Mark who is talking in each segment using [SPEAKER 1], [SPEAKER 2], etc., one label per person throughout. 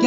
[SPEAKER 1] ギ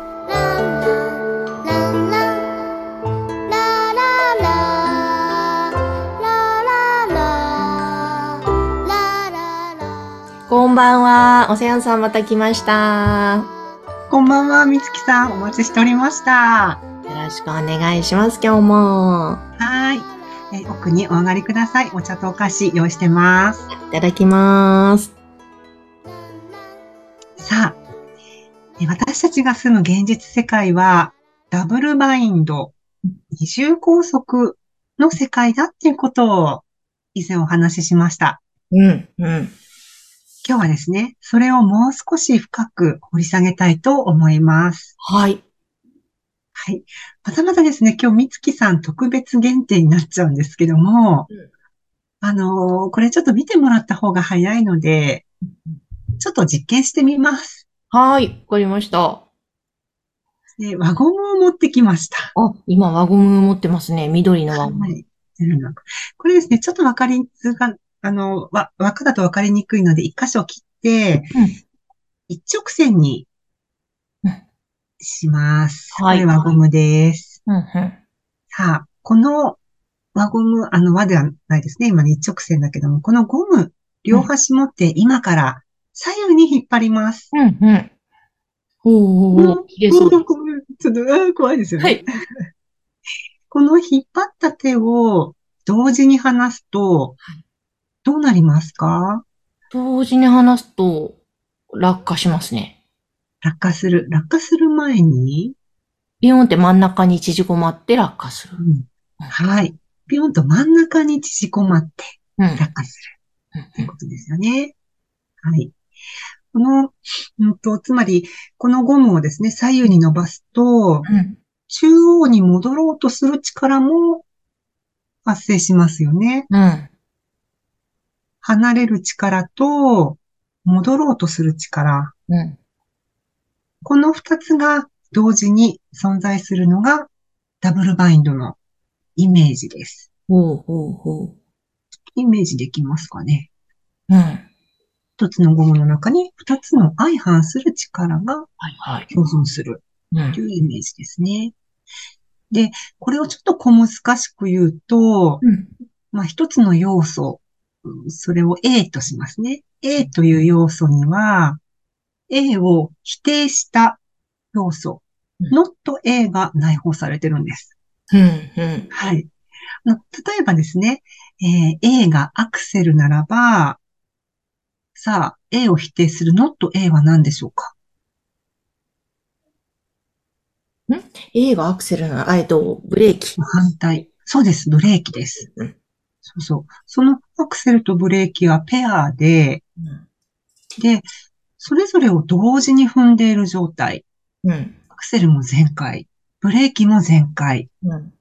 [SPEAKER 2] こんばんは、オセアンさんまた来ました。
[SPEAKER 1] こんばんはみつきさんお待ちしておりました
[SPEAKER 2] よろしくお願いします、今日も。
[SPEAKER 1] はいえ奥にお上がりくださいお茶とお菓子用意してます
[SPEAKER 2] いただきます。
[SPEAKER 1] さあえ私たちが住む現実世界はダブルバインド二重拘束の世界だっていうことを以前お話ししました
[SPEAKER 2] うん、うん。
[SPEAKER 1] 今日はですね、それをもう少し深く掘り下げたいと思います。
[SPEAKER 2] はい。
[SPEAKER 1] はい。またまたですね、今日みつきさん特別限定になっちゃうんですけども
[SPEAKER 2] うん、
[SPEAKER 1] あのーこれちょっと見てもらった方が早いので、ちょっと実験してみます。
[SPEAKER 2] はい、わかりました。
[SPEAKER 1] で輪ゴムを持ってきました。
[SPEAKER 2] あ、今輪ゴム持ってますね。緑の輪ゴム。
[SPEAKER 1] はい。これですね、ちょっとわかりづら、あの、わ、輪っかだとわかりにくいので、一箇所切って
[SPEAKER 2] うん、
[SPEAKER 1] 一直線に
[SPEAKER 2] うん
[SPEAKER 1] します。
[SPEAKER 2] はい
[SPEAKER 1] これ輪ゴムです。
[SPEAKER 2] うん、うん。
[SPEAKER 1] さあ、この輪ゴム、あの輪ではないですね。今ね、一直線だけども、このゴム、両端持って今から左右に引っ張ります。
[SPEAKER 2] うん、うん。おーおーおー、切れそう
[SPEAKER 1] う。んごめんちょっと、あー怖いですよね。
[SPEAKER 2] はい。
[SPEAKER 1] この引っ張った手を同時に離すと
[SPEAKER 2] はい、
[SPEAKER 1] どうなりますか
[SPEAKER 2] 同時に話すと、落下しますね。
[SPEAKER 1] 落下する。落下する前に、
[SPEAKER 2] ビヨンって真ん中に縮こまって落下する
[SPEAKER 1] う。んはい。ピョンと真ん中に縮こまって
[SPEAKER 2] うん。うん
[SPEAKER 1] 落下する。ということですよね。はい。この、うんと、つまり、このゴムをですね、左右に伸ばすと、
[SPEAKER 2] うん。
[SPEAKER 1] 中央に戻ろうとする力も発生しますよね。
[SPEAKER 2] うん。
[SPEAKER 1] 離れる力と、戻ろうとする力。
[SPEAKER 2] うん。
[SPEAKER 1] この二つが同時に存在するのが、ダブルバインドのイメージです。
[SPEAKER 2] おーおーお
[SPEAKER 1] イメージできますかね
[SPEAKER 2] ー。うん。はい
[SPEAKER 1] 一つのゴムの中に二つの相反する力が
[SPEAKER 2] はい。
[SPEAKER 1] 共存する。
[SPEAKER 2] う
[SPEAKER 1] と
[SPEAKER 2] ん。
[SPEAKER 1] いうイメージですね。で、これをちょっと小難しく言うと、
[SPEAKER 2] うん。
[SPEAKER 1] まあ、一つの要素、うんそれを A としますね。A という要素には、A を否定した要素、
[SPEAKER 2] うん
[SPEAKER 1] not A が内包されてるんです。
[SPEAKER 2] うん。うん。
[SPEAKER 1] はい。あの例えばですね、えー A がアクセルならば、さあ、A を否定する not A は何でしょうか
[SPEAKER 2] A がアクセルなら、あえっと、ブレーキ。
[SPEAKER 1] 反対。そうです、ブレーキです。
[SPEAKER 2] うん。
[SPEAKER 1] そうそう。そのアクセルとブレーキはペアで、で、それぞれを同時に踏んでいる状態。
[SPEAKER 2] うん。
[SPEAKER 1] アクセルも全開、ブレーキも全開。
[SPEAKER 2] うん。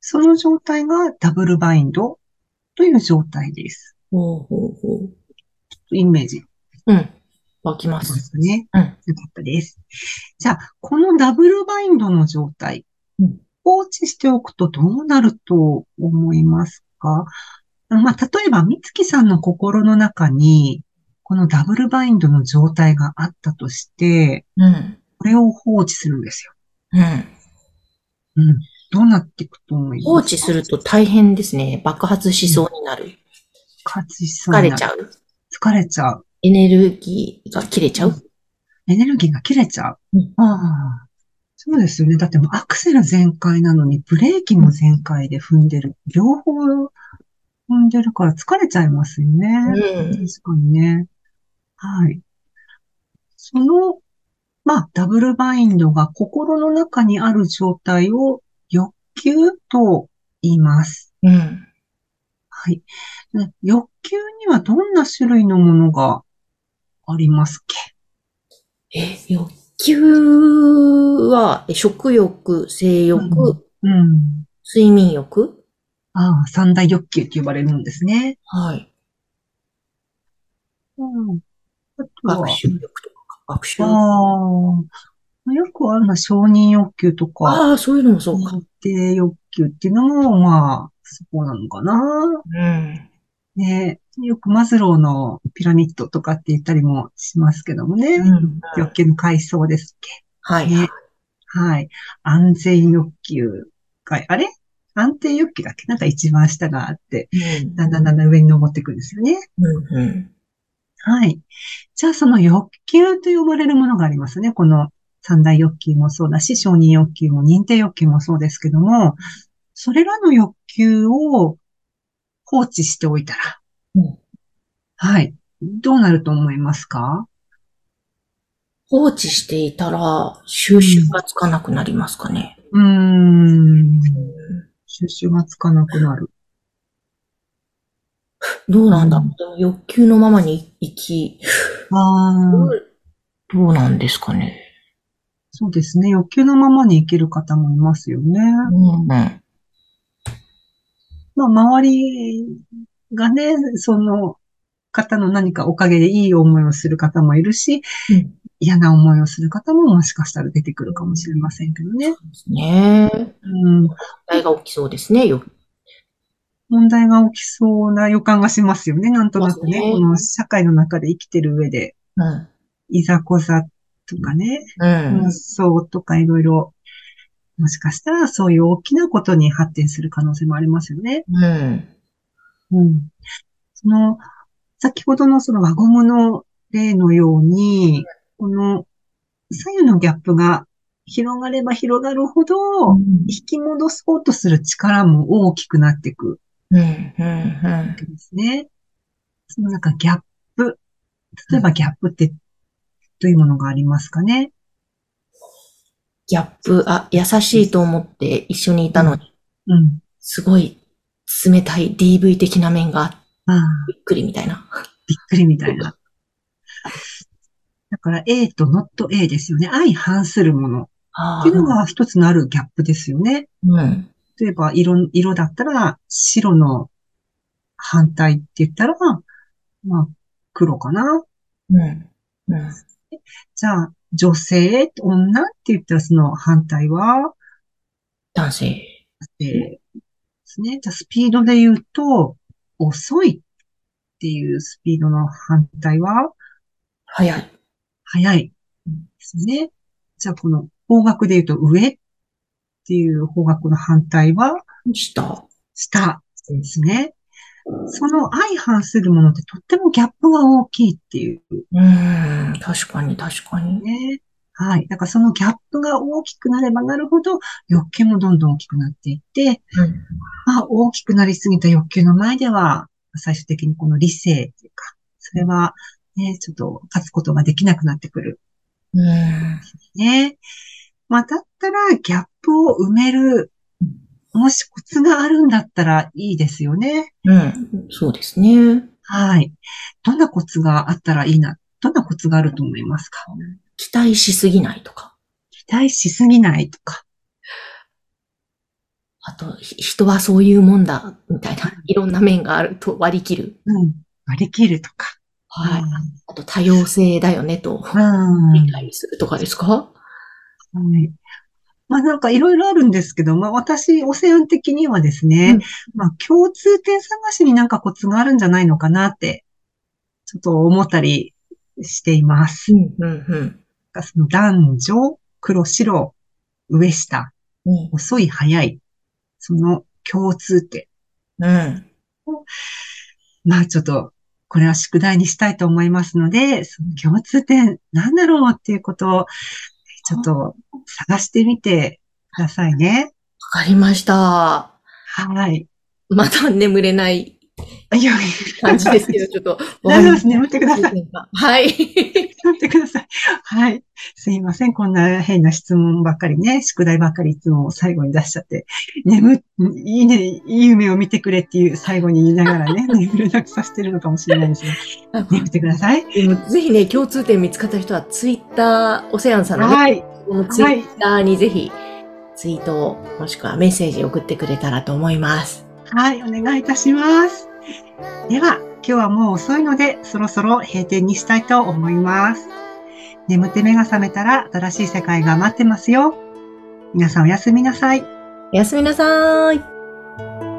[SPEAKER 1] その状態がダブルバインドという状態です。
[SPEAKER 2] おーおーおー。
[SPEAKER 1] イメージで
[SPEAKER 2] うん。湧きますす。
[SPEAKER 1] かね。
[SPEAKER 2] うん
[SPEAKER 1] よかったです。じゃあ、このダブルバインドの状態
[SPEAKER 2] うん、
[SPEAKER 1] 放置しておくとどうなると思いますかまあ、例えば、美月さんの心の中に、このダブルバインドの状態があったとして、
[SPEAKER 2] うん。
[SPEAKER 1] これを放置するんですよ。
[SPEAKER 2] うん。
[SPEAKER 1] うん。どうなっていくと思います
[SPEAKER 2] 放置すると大変ですね。爆発しそうになる。
[SPEAKER 1] 活しそう
[SPEAKER 2] 疲
[SPEAKER 1] に
[SPEAKER 2] れ
[SPEAKER 1] なる
[SPEAKER 2] ちゃう。
[SPEAKER 1] 疲れちゃう。
[SPEAKER 2] エネルギーが切れちゃう。
[SPEAKER 1] エネルギーが切れちゃう。
[SPEAKER 2] うん
[SPEAKER 1] ああ。そうですよね。だってもうアクセル全開なのに、ブレーキも全開で踏んでる。両方踏んでるから疲れちゃいますよね。
[SPEAKER 2] うん。
[SPEAKER 1] 確かにね。はい。その、まあ、ダブルバインドが心の中にある状態を欲求と言います。
[SPEAKER 2] うん。
[SPEAKER 1] はい。で欲求にはどんな種類のものがありますっけ
[SPEAKER 2] え、欲求は、え食欲、性欲、
[SPEAKER 1] うん。
[SPEAKER 2] 睡眠欲
[SPEAKER 1] ああ、三大欲求って呼ばれるんですね。
[SPEAKER 2] はい。
[SPEAKER 1] うん。あとは
[SPEAKER 2] 学、習力とか、学習力。
[SPEAKER 1] ああ、よくあるのは承認欲求とか、
[SPEAKER 2] ああ、そういうのもそうか。
[SPEAKER 1] 認定欲求っていうのも、まあ、そうなのかな。
[SPEAKER 2] うん。
[SPEAKER 1] ね。よくマズローのピラミッドとかって言ったりもしますけどもね。
[SPEAKER 2] うん
[SPEAKER 1] 欲求の階層ですっ
[SPEAKER 2] は
[SPEAKER 1] け。
[SPEAKER 2] い。
[SPEAKER 1] ね。はい。安全欲求が、あれ安定欲求だっけなんか一番下があって、
[SPEAKER 2] うん
[SPEAKER 1] だんだんだんだん上に登っていくんですよね。
[SPEAKER 2] うんうん
[SPEAKER 1] はい。じゃあ、その欲求と呼ばれるものがありますね。この三大欲求もそうだし、承認欲求も認定欲求もそうですけども、それらの欲求を放置しておいたら、
[SPEAKER 2] うん
[SPEAKER 1] はい。どうなると思いますか
[SPEAKER 2] 放置していたら、収集がつかなくなりますかね。
[SPEAKER 1] うーん。
[SPEAKER 2] うん
[SPEAKER 1] 収集がつかなくなる。
[SPEAKER 2] どうなんだろう欲求のままに生き、
[SPEAKER 1] ああ、
[SPEAKER 2] どうなんですかね。
[SPEAKER 1] そうですね。欲求のままに生きる方もいますよね。
[SPEAKER 2] うん。
[SPEAKER 1] まあ、周りがね、その方の何かおかげでいい思いをする方もいるし、
[SPEAKER 2] うん
[SPEAKER 1] 嫌な思いをする方ももしかしたら出てくるかもしれませんけどね。
[SPEAKER 2] ねえ。
[SPEAKER 1] うん、
[SPEAKER 2] 問題が起きそうですね。よ
[SPEAKER 1] 問題が起きそうな予感がしますよね。なんとなくね、
[SPEAKER 2] そうですね
[SPEAKER 1] この社会の中で生きてる上で、
[SPEAKER 2] うん。
[SPEAKER 1] いざこざとかね、
[SPEAKER 2] うん
[SPEAKER 1] 紛争とかいろいろ、もしかしたらそういう大きなことに発展する可能性もありますよね。
[SPEAKER 2] うん。
[SPEAKER 1] うん。その、先ほどのその輪ゴムの例のように、この左右のギャップが広がれば広がるほど、引き戻そうとする力も大きくなっていく
[SPEAKER 2] うん。うん
[SPEAKER 1] わけですね。そのなんかギャップ。例えばギャップってどういうものがありますかね。
[SPEAKER 2] ギャップ、あ、優しいと思って一緒にいたのに、
[SPEAKER 1] うん。
[SPEAKER 2] すごい冷たい DV 的な面があって
[SPEAKER 1] ああ、
[SPEAKER 2] びっくりみたいな。
[SPEAKER 1] びっくりみたいな。だから A と not A ですよね。相反するもの
[SPEAKER 2] あ
[SPEAKER 1] っていうのが一つのあるギャップですよね。
[SPEAKER 2] うん。
[SPEAKER 1] 例えば、色、色だったら、白の反対って言ったら、まあ、黒かな。
[SPEAKER 2] うん。うん。
[SPEAKER 1] じゃあ、女性、女って言ったら、その反対は、
[SPEAKER 2] 男性。
[SPEAKER 1] えーですね。じゃあ、スピードで言うと、遅いっていうスピードの反対は、
[SPEAKER 2] 早い。
[SPEAKER 1] 速いですね。じゃあ、この方角で言うと、上っていう方角の反対は、
[SPEAKER 2] した。
[SPEAKER 1] 下。ですね。その相反するものってとってもギャップが大きいっていう
[SPEAKER 2] うん。確かに、確かに。
[SPEAKER 1] ね。はい。だからそのギャップが大きくなればなるほど欲求もどんどん大きくなっていって、
[SPEAKER 2] うん
[SPEAKER 1] まあ大きくなりすぎた欲求の前では、最終的にこの理性っていうか、それは、ね、ちょっと勝つことができなくなってくる。
[SPEAKER 2] うん。
[SPEAKER 1] ね。まあだったらギャップを埋める、もしコツがあるんだったらいいですよね。
[SPEAKER 2] うん。そうですね。
[SPEAKER 1] はい。どんなコツがあったらいいな。どんなコツがあると思いますか
[SPEAKER 2] 期待しすぎないとか。
[SPEAKER 1] 期待しすぎないとか。
[SPEAKER 2] あと、ひ人はそういうもんだ、みたいな。いろんな面があると割り切る。
[SPEAKER 1] うん。割り切るとか。
[SPEAKER 2] はい。あと、多様性だよね、と。
[SPEAKER 1] うん。
[SPEAKER 2] 理解するとかですか
[SPEAKER 1] うん。はい。まあなんかいろいろあるんですけど、まあ私、オセアン的にはですね、まあ共通点探しになんかコツがあるんじゃないのかなって、ちょっと思ったりしています。
[SPEAKER 2] ん、うん、
[SPEAKER 1] なんかその男女、黒白、上下、
[SPEAKER 2] うん。
[SPEAKER 1] 遅い早い、その共通点。
[SPEAKER 2] うん。
[SPEAKER 1] まあちょっと、これは宿題にしたいと思いますので、その共通点なんだろうっていうことを、ちょっと探してみてくださいね。
[SPEAKER 2] わかりました。
[SPEAKER 1] はい。
[SPEAKER 2] また眠れない
[SPEAKER 1] いや、
[SPEAKER 2] 感じですけど、ち ょっと。
[SPEAKER 1] 大丈夫です。眠ってください。
[SPEAKER 2] はい。
[SPEAKER 1] 眠ってください。はい。すいません。こんな変な質問ばっかりね、宿題ばっかりいつも最後に出しちゃって、眠、いいね、いい夢を見てくれっていう最後に言いながらね、眠れなくさせてるのかもしれないですね。眠ってください。
[SPEAKER 2] でもぜひね、共通点見つかった人は、ツイッター、オセアンさんのね、
[SPEAKER 1] はい。
[SPEAKER 2] このツイッターにぜひ、ツイート、もしくはメッセージ送ってくれたらと思います。
[SPEAKER 1] はい、お願いいたします。では、今日はもう遅いので、そろそろ閉店にしたいと思います。眠って目が覚めたら、新しい世界が待ってますよ。皆さんおやすみなさい。
[SPEAKER 2] おやすみなさーい。